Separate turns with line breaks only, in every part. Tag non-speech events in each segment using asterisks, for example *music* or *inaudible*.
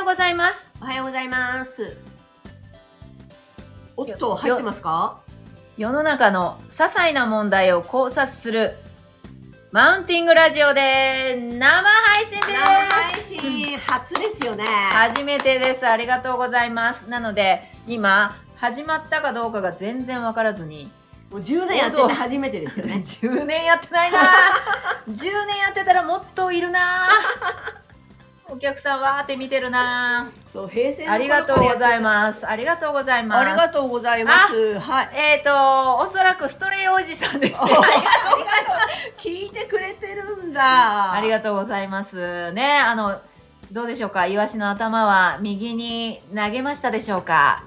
おはようございます。おっと、入ってますか
世の中の些細な問題を考察するマウンティングラジオで生配信です
生配信初ですよね。
初めてですありがとうございますなので今始まったかどうかが全然わからずに
もう10年やってて初めてですよね。
10年やってないな10年やってたらもっといるなお客さんわーって見てるな
*laughs* そう、平成の
ありがとうござい
す。
ますありがとうございます
ありがとうございます。 *laughs* はい。
えっ、とおそらくストレイおじさんです
あ
ね
*laughs* りがとうございます。聞いてくれてるんだ。
あり
が
がとうございます。ね、あの、どうでしょうかイワシの頭は右に投げましたでしょうか、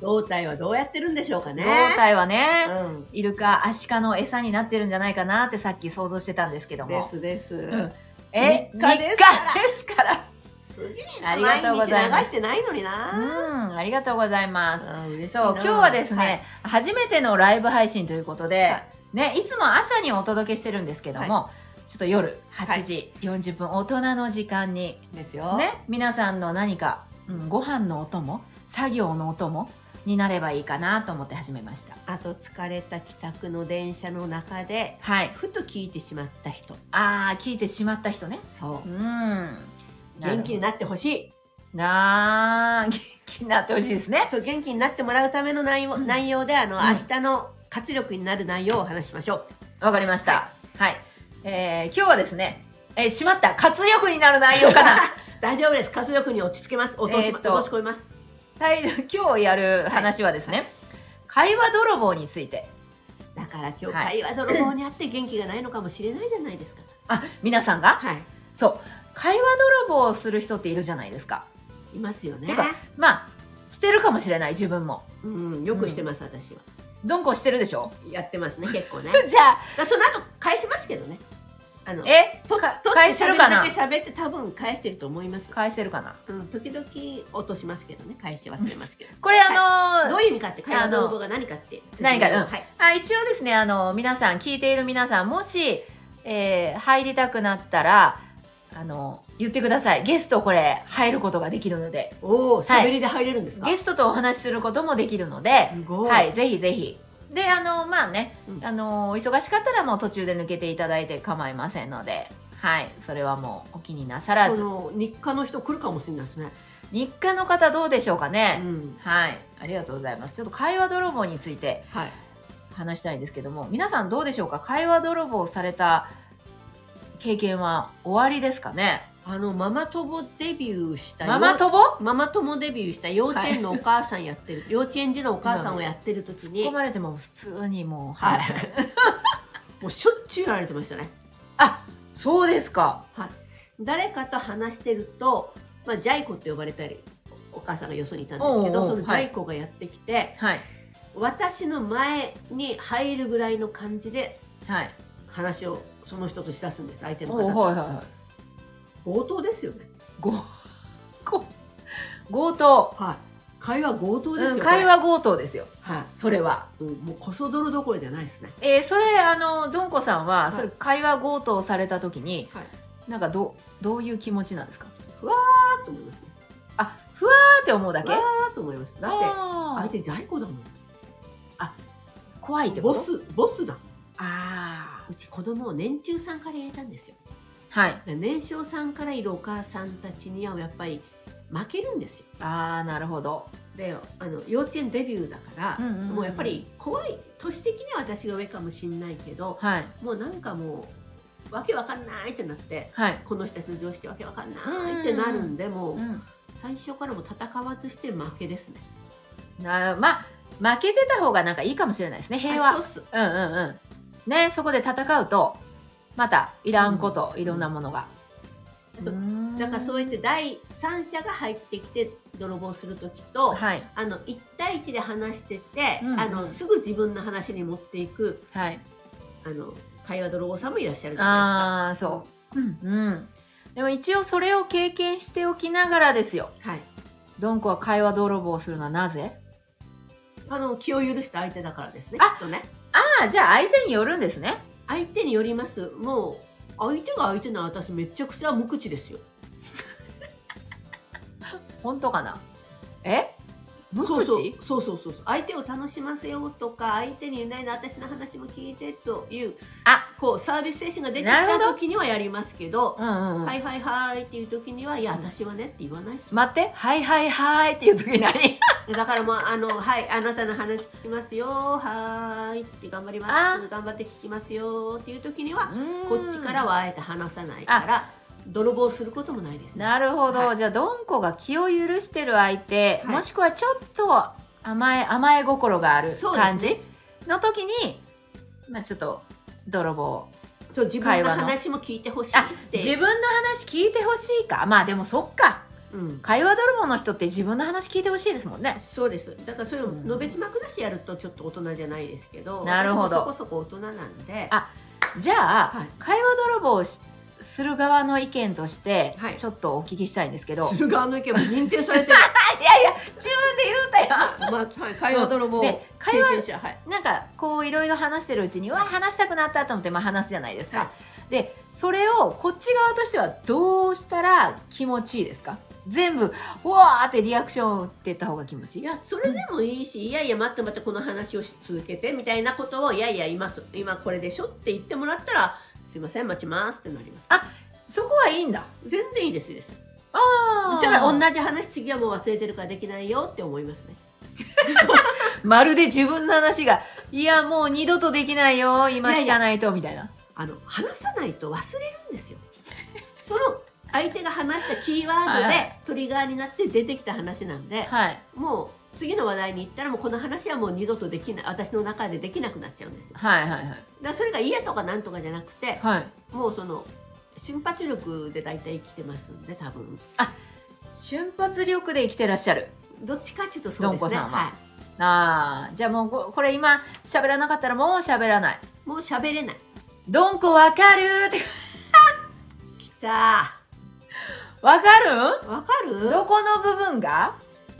胴体はどうやってるんでしょうかね。
胴体はね、
うん。
イルカ、アシカの餌になってるんじゃないかなってさっき想像してたんですけど
で
も。
すです。
うんえ、日
日課
課
で
ですす
か
からら。
すげえ
ありがとうございます
毎日流してないのにな。
うん、ありがとうございます。
うん嬉しいな
そう、今日はですね、
はい
初めてのライブ配信ということで、
はい
ね、いつも朝にお届けしてるんですけども、ちょっと夜8時40分、大人の時間に
ですよ。
ね、皆さんの何か、うん、ご飯のお供作業のお供になればいいかなと思って始めました
あと疲れた帰宅の電車の中で
はい
ふと聞いてしまった人
あー聞いてしまった人ね
そううん
なる
元気になってほしい
なあー元気になってほしいですね
そう元気になってもらうための内容,、
うん
内容であの、
うん
明日の活力になる内容をお話ししましょう
わかりましたはい、えー今日はですねえーしまった活力になる内容か *laughs* な
大丈夫です活力に落ち着けます落とし,、
えーっと
落とし込みます
はい今日やる話はですね、会話泥棒について
だから今日
は
会話泥棒にあって元気がないのかもしれないじゃないですか
あ皆さんが
はい
そう会話泥棒をする人っているじゃないですか
いますよね
てかまあしてるかもしれない自分も
うんよくしてます、私は
どんこしてるでしょ
やってますね結構ね
*laughs* じゃあ
だからその後返しますけどねあの
え
と
か
と
返してるかな
喋るだけ喋って多分返してると思います
返してるかな
うん、時々落としますけどね返し忘れますけど
これあのー
どういう意味かって会話泥棒が何かって
何かうん
はい
あ一応ですねあの皆さん聞いている皆さんもし、えー入りたくなったらあの言ってくださいゲストこれ入ることができるので
おお
はい
喋りで入れるんですか、
ゲストとお話しすることもできるのです
ごい、
はいぜひぜひであのまあね、
うん
あの忙しかったらもう途中で抜けていただいて構いませんのではいそれはもうお気になさら
こ
ず
の日課の人来るかもしれないですね、
日課の方どうでしょうかね、
うん
はい、ありがとうございます。ちょっと会話泥棒について
はい、
話したいんですけども、皆さんどうでしょうか会話泥棒された経験は終わりですかね
あのママ友デビューした
ママ
よ
友突っ
ママ友デビューした幼稚園のお母さんやってる、幼稚園児のお母さんをやってる時に
込まれても普通にもう、
はい *laughs* もうしょっちゅうやられてましたね
あ、そうですか。
誰かと話してると、まあ、ジャイ子って呼ばれたりお母さんがよそにいたんですけど
おうおう
そのジャイ子がやってきて、
はい。
私の前に入るぐらいの感じで
はい。
話をその人としだすんです相手の
お
方
う
と
はいはいはい。
強盗ですよね
ご、ご、強盗。
はい会話強盗ですよ、
うん、
これ
会話強盗ですよ。
は
それは。
い、うんもうこそ泥どころじゃないですね
えーそれ、あの、どんこさんは、
い
それ、会話強盗された時に、
はい
なんか、どう、どういう気持ちなんですか
あーと思いますね
あ、ふわーって思うだけ
わあーと思いますだって
あ
相
ー
手ジャイ子だもん
怖いってこ
ボ
と
スボスだもん
あ
うち子供を年中さんから入れたんですよ
あはい
年少さんからいるお母さんたちにはやっぱり負けるんですよ
ああなるほど
であの幼稚園デビューだから、
うんうんうん
もうやっぱり怖い年的には私が上かもしんないけど
はい
もうなんかもうわけわかんないってなって
はい、
この人たちの常識わけわかんないってなるんで、もう
うん、
最初からもう戦わずして負けですね
なまあ負けてた方がなんかいいかもしれないですね平和
あそううっす
んうんうんねそこで戦うとまたいらんこと、いろんなものが、
あと
ん
だからそうやって第三者が入ってきて泥棒する時と、
はい
あの1対1で話してて、
うんうん
あのすぐ自分の話に持っていく
はい
あの会話泥棒さんもいらっしゃるじゃな
ああそううんうんでも一応それを経験しておきながらですよ
いですか。はい
ドンコは会話泥棒をするのはなぜ
あの気を許した相手だからですね。
あ
きっとね。
ああじゃあ相手によるんですね
相手によります。もう相手が相手なら私めちゃくちゃ無口ですよ。
本当かなえ無口
そうそうそうそうそう相手を楽しませようとか相手にね私の話も聞いてという
あ
こうサービス精神が出てき
な
た
るほど
時にはやりますけど
うんうんうん、
はいはいはいっていう時には「いや私はね」って言わないですもん
待って「はいはいはい」っていう時何
だからもう「あのはいあなたの話聞きますよはーい」って頑張り
あ
ます頑張って聞きますよっていう時には *laughs* こ
こ
っちからはあえて話さないから泥棒することもないですね。
なるほど、
はい
じゃあどんこが気を許してる相手、
はい
もしくはちょっと甘え甘え心がある
そうですね
感じ、の時に、まあ、ちょっと泥棒
そう自分
会
の
話の
話も聞いてほしい
あ
って
自分の話聞いてほしいかまあでもそっか
うん、
会話泥棒の人って自分の話聞いてほしいですもんね
そうですだからそれをのべつ幕なしやるとちょっと大人じゃないですけど
なるほど
私もそこそこ大人なんで
あじゃあ、
はい
会話泥棒をしする側の意見として、
はい
ちょっとお聞きしたいんですけど、
駿河の意見も認定されてる
いやいや自分で言うたよ *laughs*
まあ、はい、会話泥棒
で
経
会話
験者はい
なんかこういろいろ話してるうちにわあ話したくなったと思ってまあ話すじゃないですか、
は
でそれをこっち側としてはどうしたら気持ちいいですか全部うわーってリアクションを打ってった方が気持ちい
い
い
やそれでもいいし、いやいや待って待ってこの話をし続けてみたいなことをいやいや今す今これでしょって言ってもらったらすいません待ちますってなります
そこはいいんだ
全然いいですいいです
あ
ただ同じ話次はもう忘れてるからできないよって思いますね
まるで自分の話がいやもう二度とできないよ今
いやい
聞
や
かないとみたいな
あの話さないと忘れるんです
*laughs*
よその相手が話したキーワード
はいは
でトリガーになって出てきた話なんで
はい
もう次の話題に行ったらもうこの話はもう二度とできない私の中でできなくなっちゃうんですよだか
はいはいはい
らそれが嫌とかなんとかじゃなくて、
はい
もうその瞬発力で大体生きてますんで多分
瞬発力で生きてらっしゃる
どっちかっていうとそうです
どんこ
ね、
さんはいあーじゃあもうここれ今喋らなかったらもう喋らない
もう喋れない
どんこわかるーって
きた
わかる
わかる
どこの部分が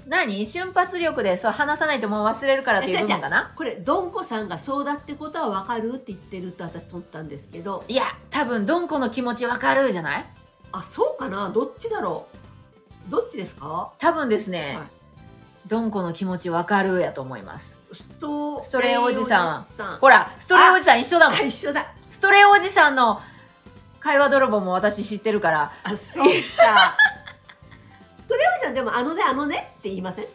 何瞬発力でそう話さないともう忘れるからっていう部分かな
これどんこさんがそうだってことはわかるって言ってると私取ったんですけど
いや多分どんこの気持ちわかるじゃない
あそうかなどっちだろうどっちですか
多分ですね、
はい
どんこの気持ちわかるやと思います
スト
ストレイおじさん
ん
ほらストレイおじさん一緒だもん
あ一緒だ
ストレイおじさんの会話泥棒も私知ってるから
あそう
*laughs*
かストレイおじさんでもあのねあのねって言いません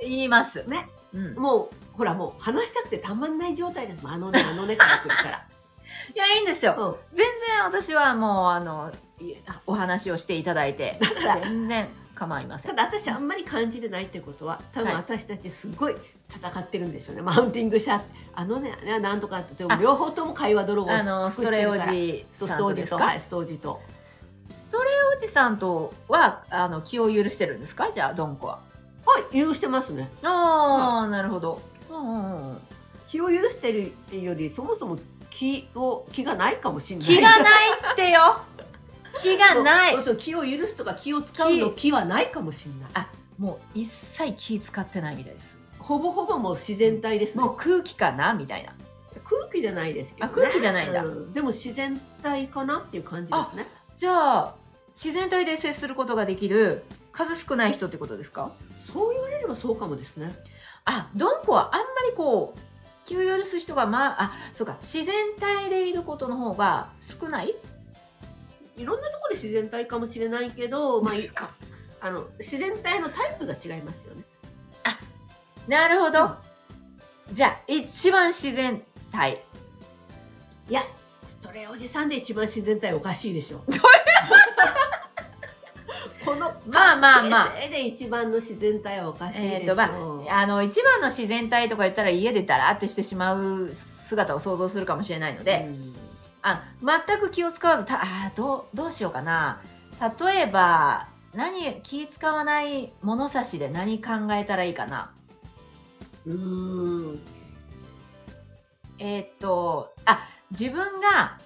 言います、
ね
うん、
もうほらもう話したくてたまんない状態ですもんあのねあのねから来る
*laughs*
から
いやいいんですよ
うん、
全然私はもうあのいお話をしていただいて
だから
全然構いませ
た
ん
だ私あんまり感じてないってことは多分
はい
私たちすごい戦ってるんでしょうね、マウンティングしちゃあのねねなんとかってでも両方とも会話泥棒を
あの
隠し
スト
て
レ
る
お
から
じ
そう
さ
ス
ん
ト
と
ー
で
ジ
す
と
か
はいストージと
ストレおじさんとはあの気を許してるんですかじゃあドンコは
はい許してますね
ああ、なるほどうんうんうん
気を許してるっていうよりそもそも気を気がないかもしれない
気がないってよ *laughs* 気がない
そうそう気を許すとか気を使うの気はないかもしれない
あもう一切気使ってないみたいです
ほぼほぼもう自然体ですね
もう空気かなみたいな
空気じゃないですけど、ね、
あ空気じゃないんだ
うでも自然体かなっていう感じですね
じゃあ自然体で接することができる数少ない人ってことですか
そう言われればそうかもですね
あドンコはあんまりこう気を許す人がまああそうか自然体でいることの方が少ない
いろんなところで自然体かもしれないけど、まあ、い *laughs* あの自然体のタイプが違いますよね。
なるほど。じゃあ、一番自然体。
いや、それおじさんで一番自然体おかしいで
*laughs*
しょ。 *laughs* この
まあまあまあ。
形勢で一番の自然体はおかしいでしょ。
えっ、と、まあ、あの、一番の自然体とか言ったら家でたらってしてしまう姿を想像するかもしれないので、
うん
あ全く気を使わず、たあーどう、どうしようかな。例えば、何、気使わない物差しで何考えたらいいかな。
うーん
えっ、と、あ、自分が、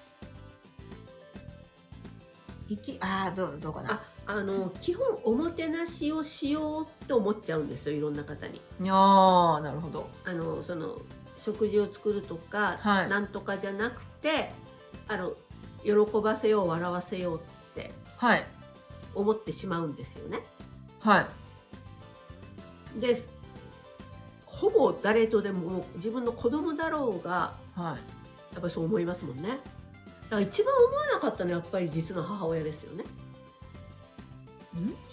いき、あーどう、どうかな。
あの基本おもてなしをしようと思っちゃうんですよいろんな方に
あー、なるほど。
あのその食事を作るとか、
はい
なんとかじゃなくてあの喜ばせよう笑わせようって
はい。
思ってしまうんですよね
はい。
でほぼ誰とでも自分の子供だろうが
はい。
やっぱりそう思いますもんねだから一番思わなかったのはやっぱり実の母親ですよね
ん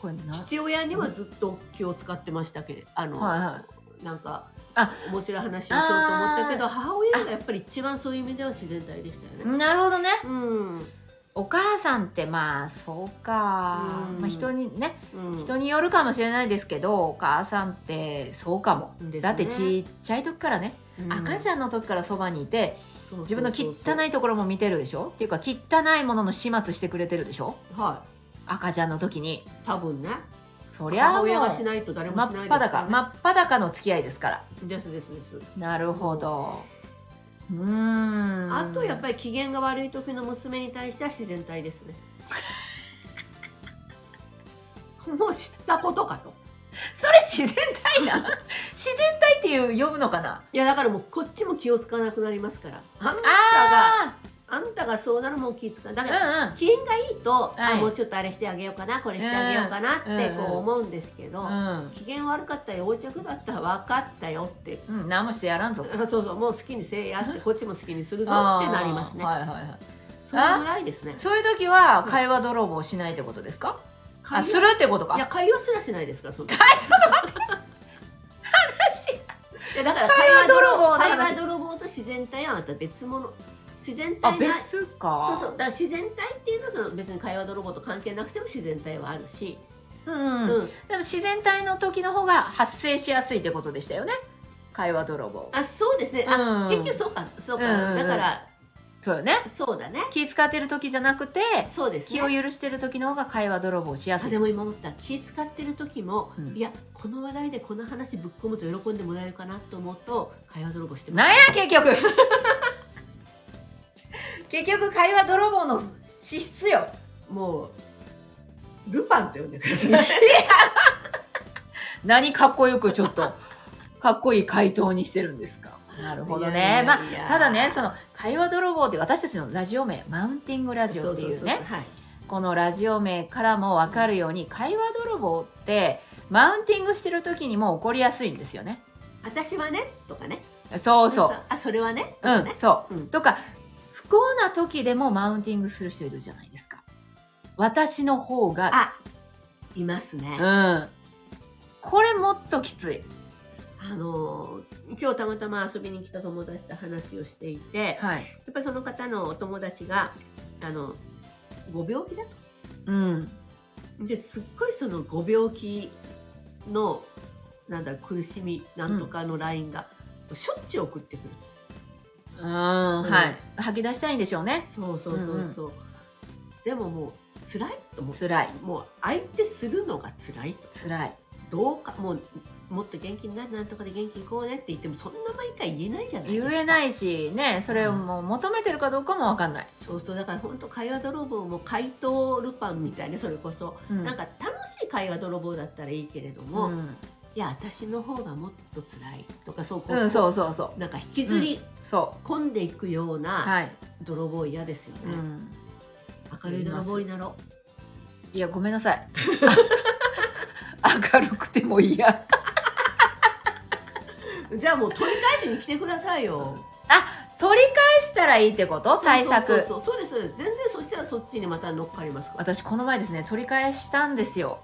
これな。
父親にはずっと気を使ってましたけれあの、
はいはい。
なんか
あ
面白い話をしようと思ったけど母親がやっぱり一番そういう意味では自然体でしたよね。
なるほどね。
うん、
お母さんってまあそうか、
うん
まあ、人にね
うん、
人によるかもしれないですけどお母さんってそうかも、
ですね
だってちっちゃい時からね、
うん
赤ちゃんの時からそばにいて
そう
自分の
そう
汚いところも見てるでしょっていうか汚いものの始末してくれてるでしょ
そうは
赤ちゃんの時に
い多分ね
そりゃ
母
もう
親がしないと誰も
真
しない
っ
です
裸真
ね
っ裸の付き合いですから
ですですです
なるほどうーん
あとやっ
り
ぱり機嫌が悪い時の娘に対しては自然体ですね *laughs* もう知ったことかと
それ自然体だ自然体っていう呼ぶのかない
やだからもうこっちも気を使わなくなりますからあんたが
あ
あんたがそうならもう気使わないだ
あ
から
うんうん
機嫌がいいと、
はい
あもうちょっとあれしてあげようかなこれしてあげようかなって
うん
こう思うんですけど、
う
機嫌悪かったよ横着だったら分かったよって
ん、うん、何もしてやらんぞ
あそうそうもう好きにせえやってこっちも好きにするぞ
あ
っ
ー
てなりますね
はいはいはい
それぐらいですね
そういう時は会話泥棒しないってことですか、あ
会話
するってことか
いや会話すらしないですかその
あ *laughs* ちょっと待って話
いやだから
会
会
話
話
泥
泥
棒の
棒
話
会話泥棒と自然体はまた別物自然
あ
体が
別か
そうそうだから自然体っていうのはその別に会話泥棒と関係なくても自然体はあるし、
うん、
う
うん、
ん、
でも自然体の時の方が発生しやすいってことでしたよね会話泥棒
あそうですねあ、
うん
結局そうかそう
うんうん
か、
うん
だから
そうよね
そうだね
気使ってる時じゃなくて
そうです
気を
ね
許してる時の方が会話泥棒しや
あ
すい
でも今思った気使ってる時も、
うん
いやこの話題でこの話ぶっ込むと喜んでもらえるかなと思うと会話泥棒してま
な
す
んや結局 *laughs* 結局会話泥棒の資質よ
もうルパンと呼んでください
何かっこよくちょっとかっこいい回答にしてるんですか *laughs* なるほど
いやいや
ね
いや
まあただねその会話泥棒って私たちのラジオ名マウンティングラジオっていうね
はい、
このラジオ名からも分かるように会話泥棒ってマウンティングしてる時にも起こりやすいんですよね
私はねとかね
そうそ
あそれはねと
うう
か
ん
ね
そう、
うん
とか不幸な時でもマウンティングする人いるじゃないですか私の方が
あいますね、
うんこれもっときつい
あのー今日たまたま遊びに来た友達と話をしていて、
はい
やっぱりその方のお友達があのご病気だと
うん
ですっごいそのご病気のなんだろう苦しみなんとかのラインが、しょっちゅう送ってくる
うん、はい吐き出したいんでしょうね
そうそうそうそう、でももう辛いと思う
辛い
もう相手するのが辛いと
辛い
どうかもうもっと元気になるなんとかで元気に行こうねって言ってもそんな毎回言えないじゃないですか
言えないしねそれをもう求めてるかどうかも分かんない、
そうそうだから本当会話泥棒も怪盗ルパンみたいなそれこそ、
うん
なんか楽しい会話泥棒だったらいいけれども、
う
い
ん、
や私の方がもっと辛いとかそうこう、
うん、そうそうそう
なんか引きずり
そ
込んでいくよう
う
な
はい、
泥棒嫌ですよね
う、ん、
明るい泥棒になろう
いやごめんなさい *laughs* 明るくても嫌
*laughs*
あ
じゃあもう取り返しに来てくださいよ、
取り返したらいいってこと対策
そうそうそうそうですそうです全然そしたらそっちにまた乗っかりますから
私この前ですね取り返したんですよ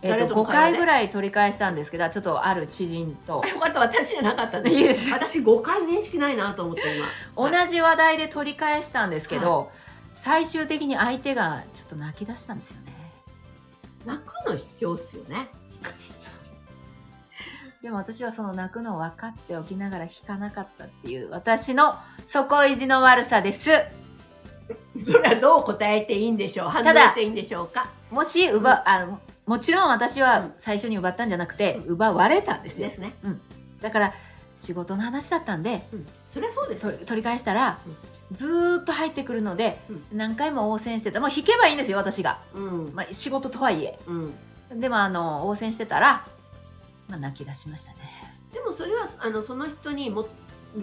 えっ、
誰
と
と
5
の会話で
回ぐらい取り返したんですけどちょっとある知人と
あよかった私じゃなかっ
*laughs*
た
いい
ね
です
*laughs* 私5回認識ないなと思って
*laughs*
今
同じ話題で取り返したんですけど、最終的に相手がちょっと泣き出したんですよね
泣くの卑怯っすよね
でも私はその泣くのを分かっておきながら引かなかったっていう私の底意地の悪さです
*laughs* それはどう答えていいんでしょう反応
だ
していいんでしょうか
もし奪、あのもちろん私は最初に奪ったんじゃなくて、奪われたんですよ
ですね、
だから仕事の話だったんで
うん、それはそうです
と取り返したら、ずーっと入ってくるので、
う
何回も応戦してたもう引けばいいんですよ私が、
うん
まあ、仕事とはいえ
うん
でもあの応戦してたら、まあ、泣き出しましたね
でもそれはあのその人にも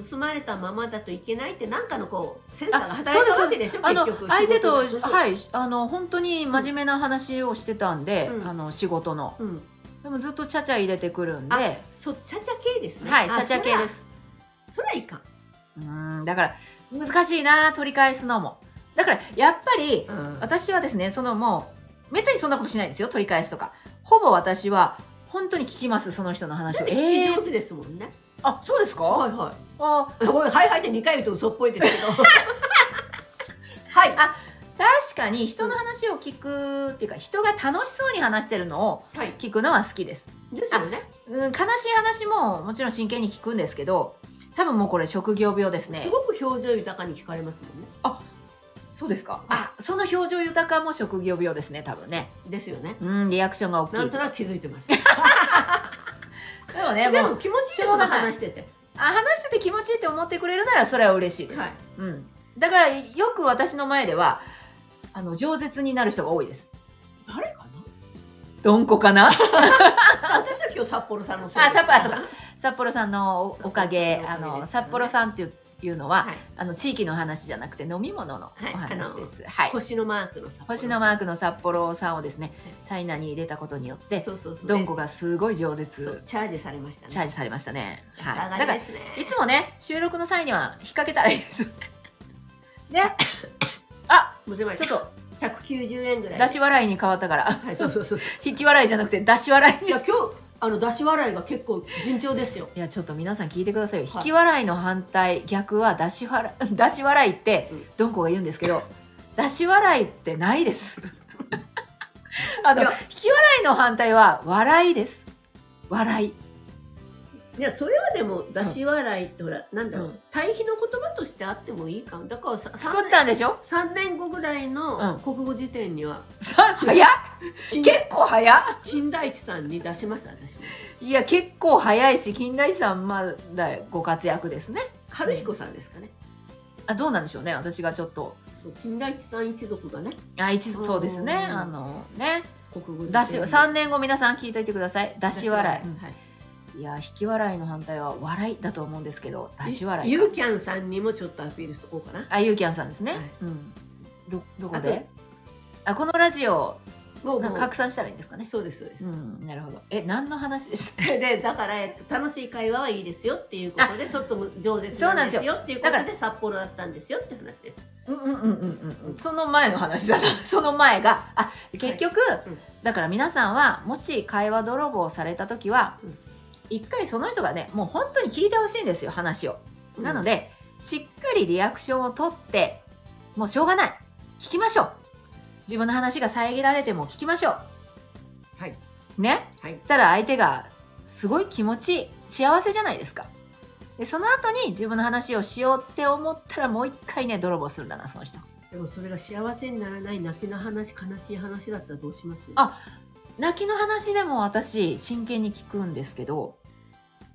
盗まれたままだといけないって何かのこうセンサーが働いたわけでしょ
あ
結
の
局
相手と
仕事がそうそう
はいあの本当に真面目な話をしてたんで、
うん
あの仕事の
うん
でもずっとちゃちゃ入れてくるんで、
あ
は
そうちゃちゃ系ですね
い、ち
あ
ゃちゃ系です。
そらそらいかん
うーん、だから難しいな、取り返すのも。だからやっぱり
うん
私はですね、そのもうめったにそんなことしないですよ、取り返すとか。ほぼ私は本当に聞きます、その人の話を。え
聞き上
ー、
手ですもんね、
あ、そうですか？
はいはい *laughs*
あ、
あごめんはいはいって2回言うと嘘っぽいです *laughs* けどはい
あ確かに人の話を聞くっていうか、人が楽しそうに話してるのを
はい
聞くのは好きです。
ですよね
うん、悲しい話ももちろん真剣に聞くんですけど多分もうこれ職業病ですね
すごく表情豊かに聞かれますもんね
そうですかあその表情豊かも職業病ですね多分ね
ですよね
うんリアクション *laughs* が大きい
なんとなく気づいてます
でもね
で
も
も
う
気持ちいいですね話してて
あ話してて気持ちいいって思ってくれるならそれは嬉しいです、
はい
うん、だからよく私の前ではあの饒舌になる人が多いです
誰かな
どんこかな
あ私は今日札幌さんの
あ札幌あそうか *laughs* 札幌さんのおおかげあの札幌さんっていういうのは、
はい
あの地域の話じゃなくて飲み物のお話です、はい
星のマークの札幌
星のマークの札幌さんをですね
はい
タイナに入れたことによって
そうそうそう
ドンコがすごい饒
そう
舌
チャージされましたね
チャージされましたね、
朝
は
上
い、だ
が
か
り
らい
ですね
つもね収録の際には引っ掛けたらいい
*laughs*
ですねあ
もうでも
ちょっと
190円ぐらい
出し笑いに変わったから *laughs*
はいそうそうそう
引き笑いじゃなくて出し笑い
い
にい
や今日あの出し笑いが結構順調ですよ
やちょっと皆さん聞いてくださいよ、
はい
引き笑いの反対逆は出し笑い *laughs* 出し笑いって
うん
ドンコが言うんですけど出し笑いってないです
*laughs*
あの
い
引
や
き笑いの反対は笑いです笑い
いやそれはでも出し笑いってほらなんだろ
う
うん対比の言葉としてあってもいいかもだからさ
作ったんでしょ
3年後ぐらいの
うん
国語辞典には
さ *laughs* 早っ
金
結構早っ
金田一さんに出します私も
いや結構早いし金田一さんまだご活躍ですね
春彦さんですかね
あどうなんでしょうね私がちょっと
そう金田一さん一族がね
あ一途そうですね
うん
あのね
国語辞
だし
典に
3年後皆さん聞いといてください出し笑い
はい
いや引き笑いの反対は笑いだと思うんですけど出し笑い
ゆ
か
うきゃんさんにもちょっとアピールしとこうかな
あゆうきゃんさんですね、
はい
うんどどこであこのラジオ
もう
なん
も
か
う
拡散したらいいんですかね
そうですそうです、
うんなるほどえ何の話です
*laughs* でだからえっと楽しい会話はいいですよっていうことでちょっとむ饒舌
そうな
なんん
です
です
よ
よっていうことで札幌だったんですよって話です
うんうんうんうんうんその前の話だなその前があ結局、
うん
だから皆さんはもし会話泥棒された時は、
うん
一回その人がねもう本当に聞いてほしいんですよ話を、なのでしっかりリアクションを取ってもうしょうがない聞きましょう自分の話が遮られても聞きましょ
はい、
うね
はい、
ったら相手がすごい気持ちいい幸せじゃないですかでその後に自分の話をしようって思ったらもう一回ね泥棒するんだなその人
でもそれが幸せにならない泣きの話悲しい話だったらどうします
あ泣きの話でも私真剣に聞くんですけど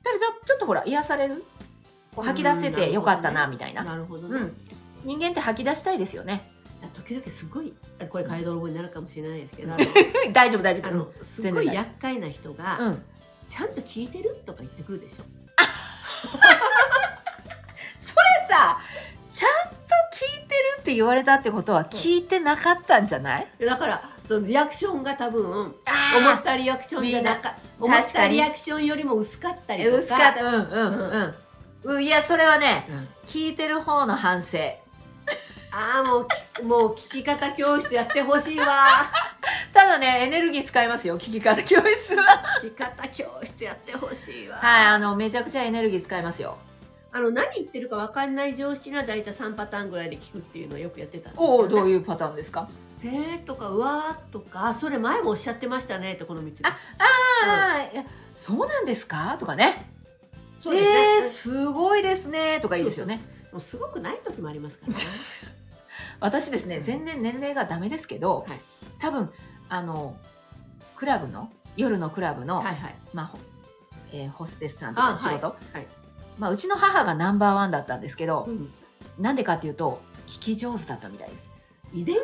ただちょちょっとほら癒されるこう吐き出せてよかったなみたいな
なるほどね、
う
だ
ん人間って吐き出したいですよね *laughs*
から時々すごいあこれ買い泥棒になるかもしれないです
*laughs*
けどあ
大丈夫大丈
のあ
夫
のすご
全
い
然
厄介な人が、
うん
ちゃんと聞いてるとか言ってくるでしょ
それさちゃんと聞いてるって言われたってことは聞いてなかったんじゃない
でだからそのリアクションが多分思っ
あ
たリアクションじゃなか
みん
思
な
っ
確か
た
に
リアクションよりも薄かったりとか
薄かったうんうんうん、うん、いやそれはね
うん
聞いてる方の反省
ああもうきもう聞き方教室やってほし
*laughs*
いわ
ただねエネルギー使いますよ聞き方教室は
聞き方教室やってほしいわ、
はいあのめちゃくちゃエネルギー使いますよ
あの何言ってるか分かんない上司には大体3パターンぐらいで聞くっていうのをよくやってたんです
おおど
う
ういうパターンですか
へえとかうわーとかあそれ前もおっしゃってましたねってこの3つあ
ああ、いやそうなんですかとかね。
そうですね
えー、すごいですねとかいいですよね。
もうすごくない時もありますからね
私ですね、全然年齢がダメですけど、
はい
多分あのクラブの夜のクラブの、
はいはい
まあほえーホステスさんとかの仕事、
いはい
まあうちの母がナンバーワンだったんですけど
う、ん
なんでかっていうと聞き上手だったみたいです。
遺伝か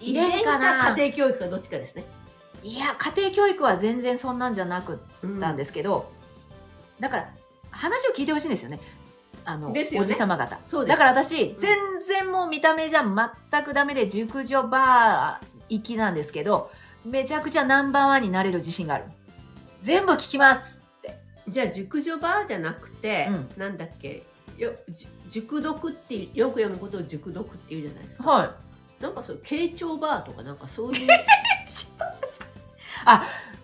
遺伝か
遺伝
な
か。家庭教育かどっちかですね、
いや家庭教育は全然そんなんじゃなくったんですすけど、だから話を聞いてほしいんですよねあの
ですよ
お
ね
じさま方
そうで
だ
す
から私、全然もう見た目じゃ全くダメで熟女バー行きなんですけどめちゃくちゃナンバーワンになれる自信がある全部聞きますって。
じゃあ熟女バーじゃなくて、
うん
なんだっけよじ熟読っていうよく読むことを熟読っていうじゃないですか
はい。
なんかそう慶長バーとかなんかそうい
*laughs*
う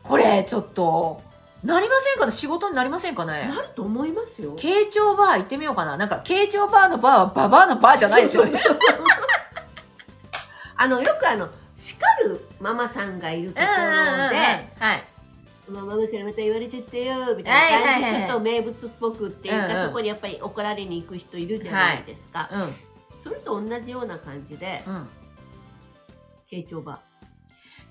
これ、ちょっと、なりませんかね仕事になりませんかね
なると思いますよ
慶長バー行ってみようかな。なんか、慶長バーのバーはババアのバーじゃないですよね。
そうそうそう *laughs* あのよくあの叱るママさんがい
*laughs*
るところで、
はい。
まあ、ママからまた言われちゃったよみたいな感じ
はいはいはいは
で
い
ちょっと名物っぽくっていうか、
うんうん
そこにやっぱり怒られに行く人いるじゃないですか、
うん。
それと同じような感じで
うん。
慶長バ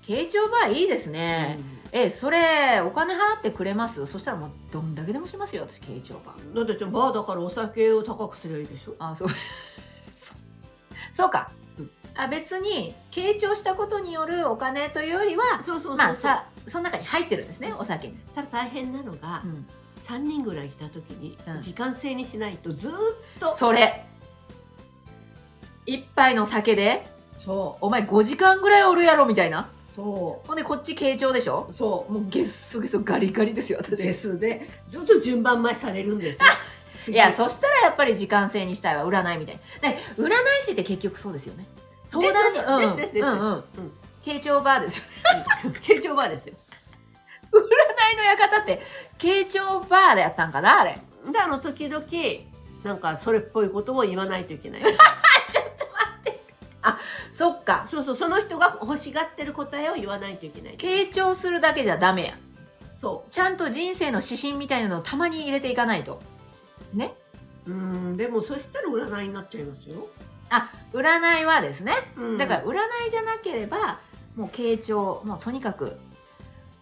慶長バーいいです
ー、
ね。え、それ、お金払ってくれますそしたらもう、どんだけでもしますよ、私、慶長バー。
うんだってちょバーだからお酒を高くすればいいでしょ
あ、そう。 *laughs* そそうか
うん。
あ、別に、慶長したことによるお金というよりは、
そうそうそうそう、
まあ、さ、その中に入ってるんですね、お酒に。
ただ大変なのが、
うん。
3人ぐらいいた時に
うん
時間制にしないとずーっと
それ。一杯の酒で、
そ
お前5時間ぐらいおるやろ、みたいな
う。そ
ほんで、こっち慶長でしょ
うそう
もうゲッソゲソガリガリですよ、私。
ですでずっと順番待ちされるんですよ
いや、
う
そしたらやっぱり時間制にしたいわ、占いみたいな。で、占い師って結局そうですよね。相談師、
ですそうですですです
うんうんうん
うん。
慶長バーですよね。
*laughs* 慶長バーですよ
占いの館って、慶長バーでやったんかな、あれ。
であの時々なんかそれっぽいことを言わないと
*laughs*
いけない
そっか。
そうそうその人が欲しがってる答えを言わないといけない
慶長するだけじゃダメや。
そ
ちゃんと人生の指針みたいなのをたまに入れていかないと。ね。
ううんでもそしたら占いになっちゃいますよ、
あ、占いはですね。
うん
だから占いじゃなければもう傾聴もうとにかく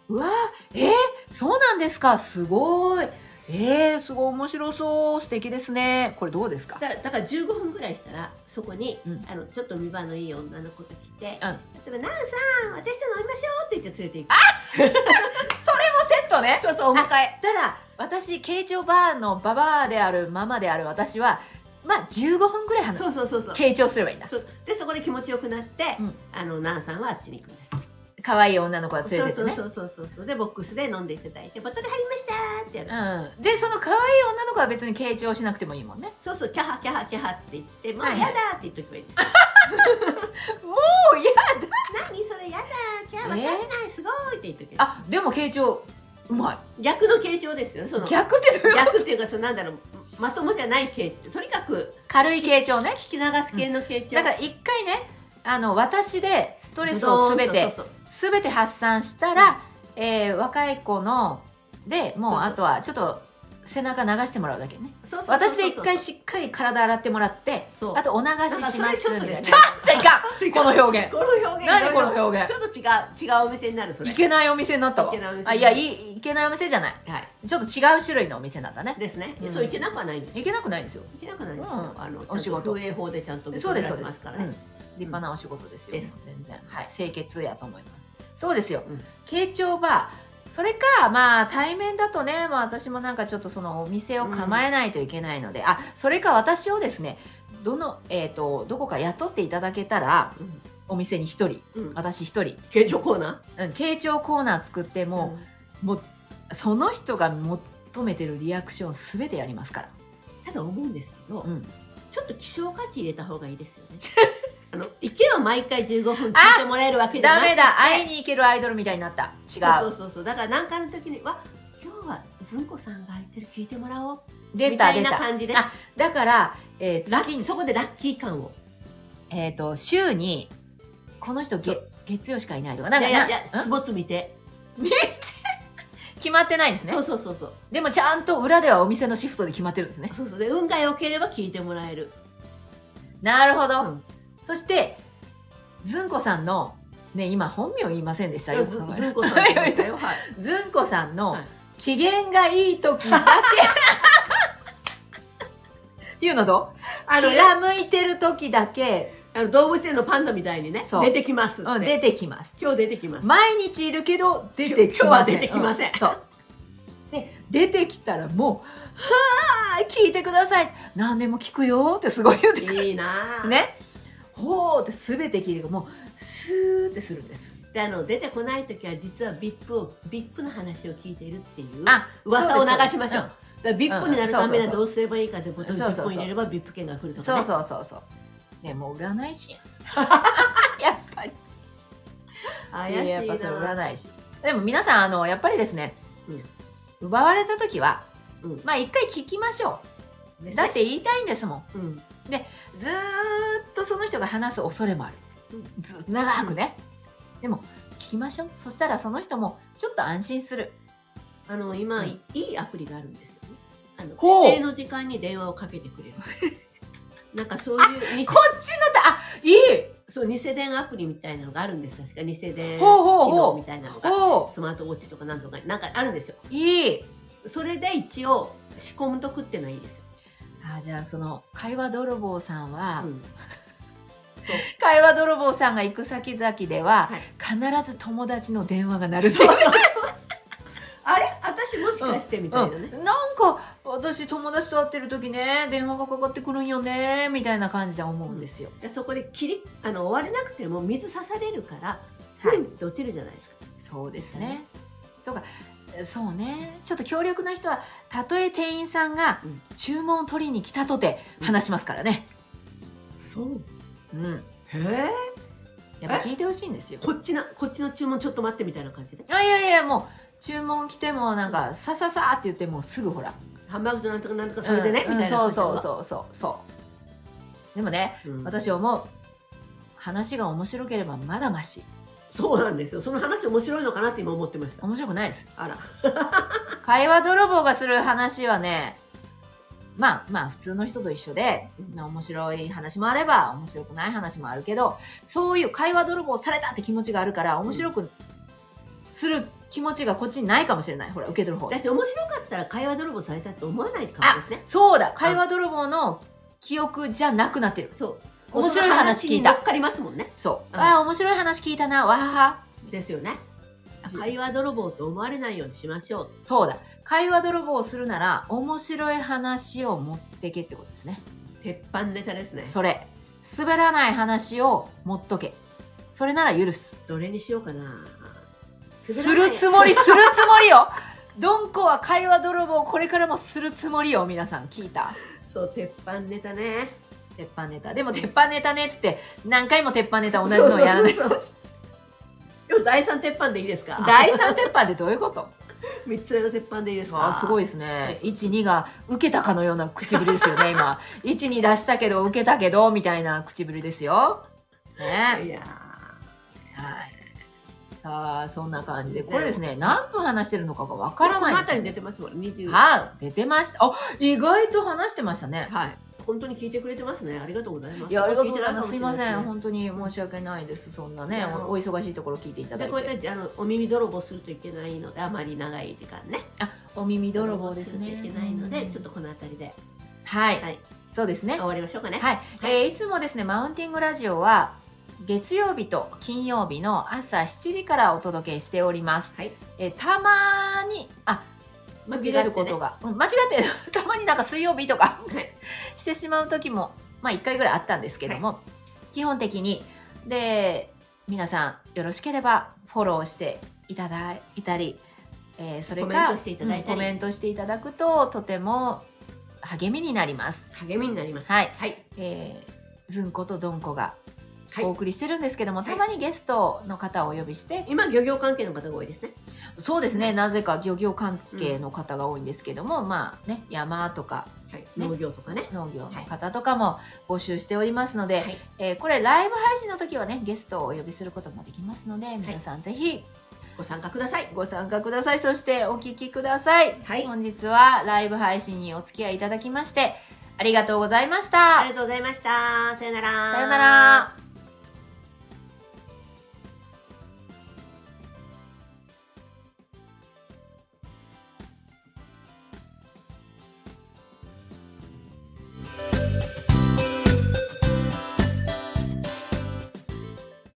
うわーえー、そうなんですかすごいえー、すごい面白そう素敵ですねこれどうですか
だだから15分ぐらいしたらそこに、
うん
あのちょっと見場のいい女の子が来て「例え
うん
ばなあさん私と飲みましょう」って言って連れて行く
セットね
そうそうお迎え
たら私傾聴バーのババアであるママである私はまあ15分ぐらい話
そうそうそうそう
傾聴すればいいんだ
そうでそこで気持ちよくなって、
うん
あのナンさんはあっちに行くんです。
可愛い女の子が連れてってね
そうそうそうそうそうでボックスで飲んでいただいてボトル入りましたーってやる。
うん、でその可愛い女の子は別に傾聴しなくてもいいもんね
そうそうキャハキャハキャハって言ってもう
はい
やだーって言っとけばいいんです。
おいや
何それやだーキャハわかんないすごいって言っとけばい
あでも傾聴うま
い。逆の形状ですよその
い逆ってどういうこと
逆っていうかそのなんだろうまともじゃない形とにかく
軽い傾聴ね
聞き流す系の形状。
だから一回ねあの私でストレス
ズド
を
ーンと
全て
そう
全て発散したら、えー若い子のでもうあとはちょっと背中流してもらうだけね
そうそうそうそう
私で一回しっかり体洗ってもらって
そう
あとお流し
なんか
し
そ
ま
れ
す
ちょっ
み
と
たい
ね
なちょっといかん
ちょっといかん
この表現
この表現
何
いろいろ
この表現
ちょっと違う違うお店になるそれ
いけないお店になったわ
いけないお店
あいやいいいけないお店じゃない
はい
ちょっと違う種類のお店なんだね
ですね、
うん
そういけなくはないんです
いけなくないんですよ
いけなくはないんです
う
よ、
ん
あの
お仕事
風営法でちゃんと
そうですそう
認められ
で
ますから
うん
ね
立派なお仕事ですよ、
です
もう全然、はい、清潔やと思いますそうですよ、
うん
傾聴バーそれかまあ対面だとね、まあ、私もなんかちょっとそのお店を構えないといけないので、あそれか私をですねどの、えー、とどこか雇っていただけたらお店に一人
うんうん
私一人
形状コーナ
うん傾聴コーナー作って
ー
も,、もうその人が求めてるリアクションすべてやりますから、
うんただ思うんですけど、
うん、
ちょっと希少価値入れた方がいいです
*laughs*
よねあの意見を毎回15分聞いてもらえるわけじゃ
ダ
な
メ
い
だ会いに行けるアイドルみたいになった違う
そうそうそうそうだから何かの時に「わ今日はずんこさんが空いてる聞いてもらおう」
出
み
た
たい
出
な
た
感じで
あだから、えー
ラ
月に
そこでラッキー感を
えー、と週にこの人
そ
げ月曜しかいないとかなん
い
か
や
な
いやいや
ん
スポーツ見て、
決まってないんですね
そうそうそうそう
でもちゃんと裏ではお店のシフトで決まってるんですね
そうそうで運が良ければ聞いてもらえる
なるほど、
うん
そしてずんこさんのね今本名言いませんでしたよ
ず
く考え
ずんこさんがい
*laughs*
ましたよ、はい
たずんこさんの
はい
機嫌がいい時
*laughs*
だけっていうのと
あの
気が向いてる時だけ、
あの動物園のパンダみたいにね
そう
出てきますって、
うん、出てきます
今日出てきます、
毎日いるけど出てきません
今日は出てきません
うそうで出てきたらもう「はあ聞いてください何でも聞くよ」ってすごい言ってくる *laughs*
いいなあ
ねほうって全て聞いてもうスーってするんです
であの出てこない時は実は VIP を VIP の話を聞いているっていう
あ
噂を流
そうです
しましょう。
うん
だから VIP になるために
うんそうそうそう
はどうすればいいかってボトル
そうそう
10
そう
本入れれば VIP 券が来るとか
そう
ね。
そうそうそうねもう占い
*laughs*
師やんそれやっぱり
怪
いやや
し
っ
い
ぱそれ
な。
占い師でも皆さんあのやっぱりですね、奪われた時は、
うん
まあ一回聞きましょ
で
う
す
だっ
ね
て言いたいんですもん
うん
ずーっとその人が話す恐れもある
うん
ずっと長くね、でも聞きましょうそしたらその人もちょっと安心する
あの今、
うん
いいアプリがあるんですよね。あの
ほう
指定の時間に電話をかけてくれ
*laughs*
る。なんかそういう偽
こっちのだあいい
そう偽電アプリみたいなのがあるんです確か偽電機
ほうほうほう
能みたいなのが
おー
スマートウォッチとかなんとかなんかあるんですよ。
いい
それで一応仕込むとくっていうのはいいですよ。
あじゃあその会話泥棒さんは、
うん
会話泥棒さんが行く先々では、
はい
必ず友達の電話が鳴る
そうそう *laughs* そうあれ私もしかしてみたいなね。
うんなんか私友達と会ってる時ね電話がかかってくるんよねみたいな感じで思うんですよ、
でそこで切りあの終われなくても水刺されるから、
はい
ふんって落ちるじゃないですか。
そうですね、とかそうねちょっと強力な人はたとえ店員さんが
うん
注文を取りに来たとて話しますからね
そう。
うん
へえ。
やっぱ聞いてほしいんですよ
こっちなこっちの注文ちょっと待ってみたいな感じで。
あいやいやもう注文来てもなんかさささーって言ってもうすぐほら
ハンバーグとなんとかなんとかそれでね、
うん
みたいな
う
感
ん
じ
そうそうそうそうそうでもね
う、ん、
私思う話が面白ければまだまし
そうなんですよその話面白いのかなって今思ってました
面白くないです
あら
会話泥棒がする話はねまあまあ普通の人と一緒で、まあ、面白い話もあれば面白くない話もあるけどそういう会話泥棒されたって気持ちがあるから面白くする気持ちがこっちにないかもしれないほら受け取る方
私面白かったら会話泥棒されたって思わないかもですね
そうだ会話泥棒の記憶じゃなくなってる
そう
面白い話聞いた
その話に乗っかりますもんね
そう、
うん
ああ面白い話聞いたなわはは
ですよね
じ
会話泥棒と思われないようにしましょう
そうだ会話泥棒をするなら面白い話を持ってけってことですね
鉄板ネタですね
それ滑らない話を持っとけそれなら許す
どれにしようかな
するつもりするつもりよ *laughs* ドンコは会話泥棒をこれからもするつもりよ皆さん聞いた
そう鉄板ネタね
鉄板ネタでも鉄板ネタねっつって何回も鉄板ネタ同じのをやら *laughs* ない
そうそうそうでも第三鉄板でいいですか
第三鉄板ってどういうこと
三つ目の鉄板でいいですか
あーすごいですね12が受けたかのような口ぶりですよね今12出したけど受けたけどみたいな口ぶりですよね
いや
はいさあそんな感じでこれですね何分話してるのかがわから
こ
ない
の
ですよ
辺
ね
りに出てますもん20
はい、出てました。あ、意外と話してましたね。
はい。本当に聞いてくれてますね。ありがとうございます。
いや、ありがとうございます。すいません、
ん。
本当に申し訳ないです。そんなね、
うん
おお忙しいところ聞いていただ
で
い
こうや
て。
ってあのお耳泥棒するといけないのであまり長い時間ね
あ、お耳泥棒です
る
ね。
といけないので
うん
ちょっとこの辺りで
はい、
はい
そうですね。
終
はい、
わりましょうかね。
えーいつもですね、マウンティングラジオは。月曜日と金曜日の朝7時からお届けしております。
はい
えーたまに、あ、
間違って
見
ね
れることが、うん間違ってたまになんか水曜日とか *laughs*
はい
してしまう時もまあ1回ぐらいあったんですけども、基本的にで皆さんよろしければフォローしていただいたり、えーそれから
コメントしていただいたり
うんコメントしていただくととても励みになります。
励みになります。
はい、
はい
えーずんことどんこが
はい
お送りしてるんですけども、
はい
たまにゲストの方をお呼びして、
今漁業関係の方が多いですね。
そうですねなぜか漁業関係の方が多いんですけども、まあね山とか
はい農業とかね。
農業の方とかも募集しておりますので、
はい
えーこれライブ配信の時はねゲストをお呼びすることもできますので皆さんぜひ
ご参加ください。
ご参加くださいそしてお聞きください、
はい
本日はライブ配信にお付き合いいただきましてありがとうございました
ありがとうございました。さよなら。
さようなら